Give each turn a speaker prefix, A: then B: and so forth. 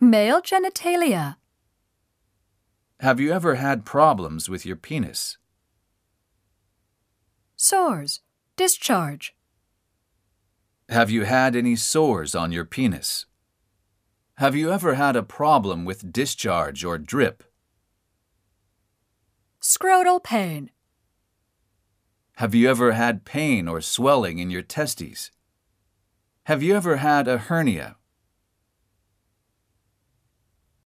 A: Male genitalia.
B: Have you ever had problems with your penis?
A: Sores. Discharge.
B: Have you had any sores on your penis? Have you ever had a problem with discharge or drip?
A: Scrotal pain.
B: Have you ever had pain or swelling in your testes? Have you ever had a hernia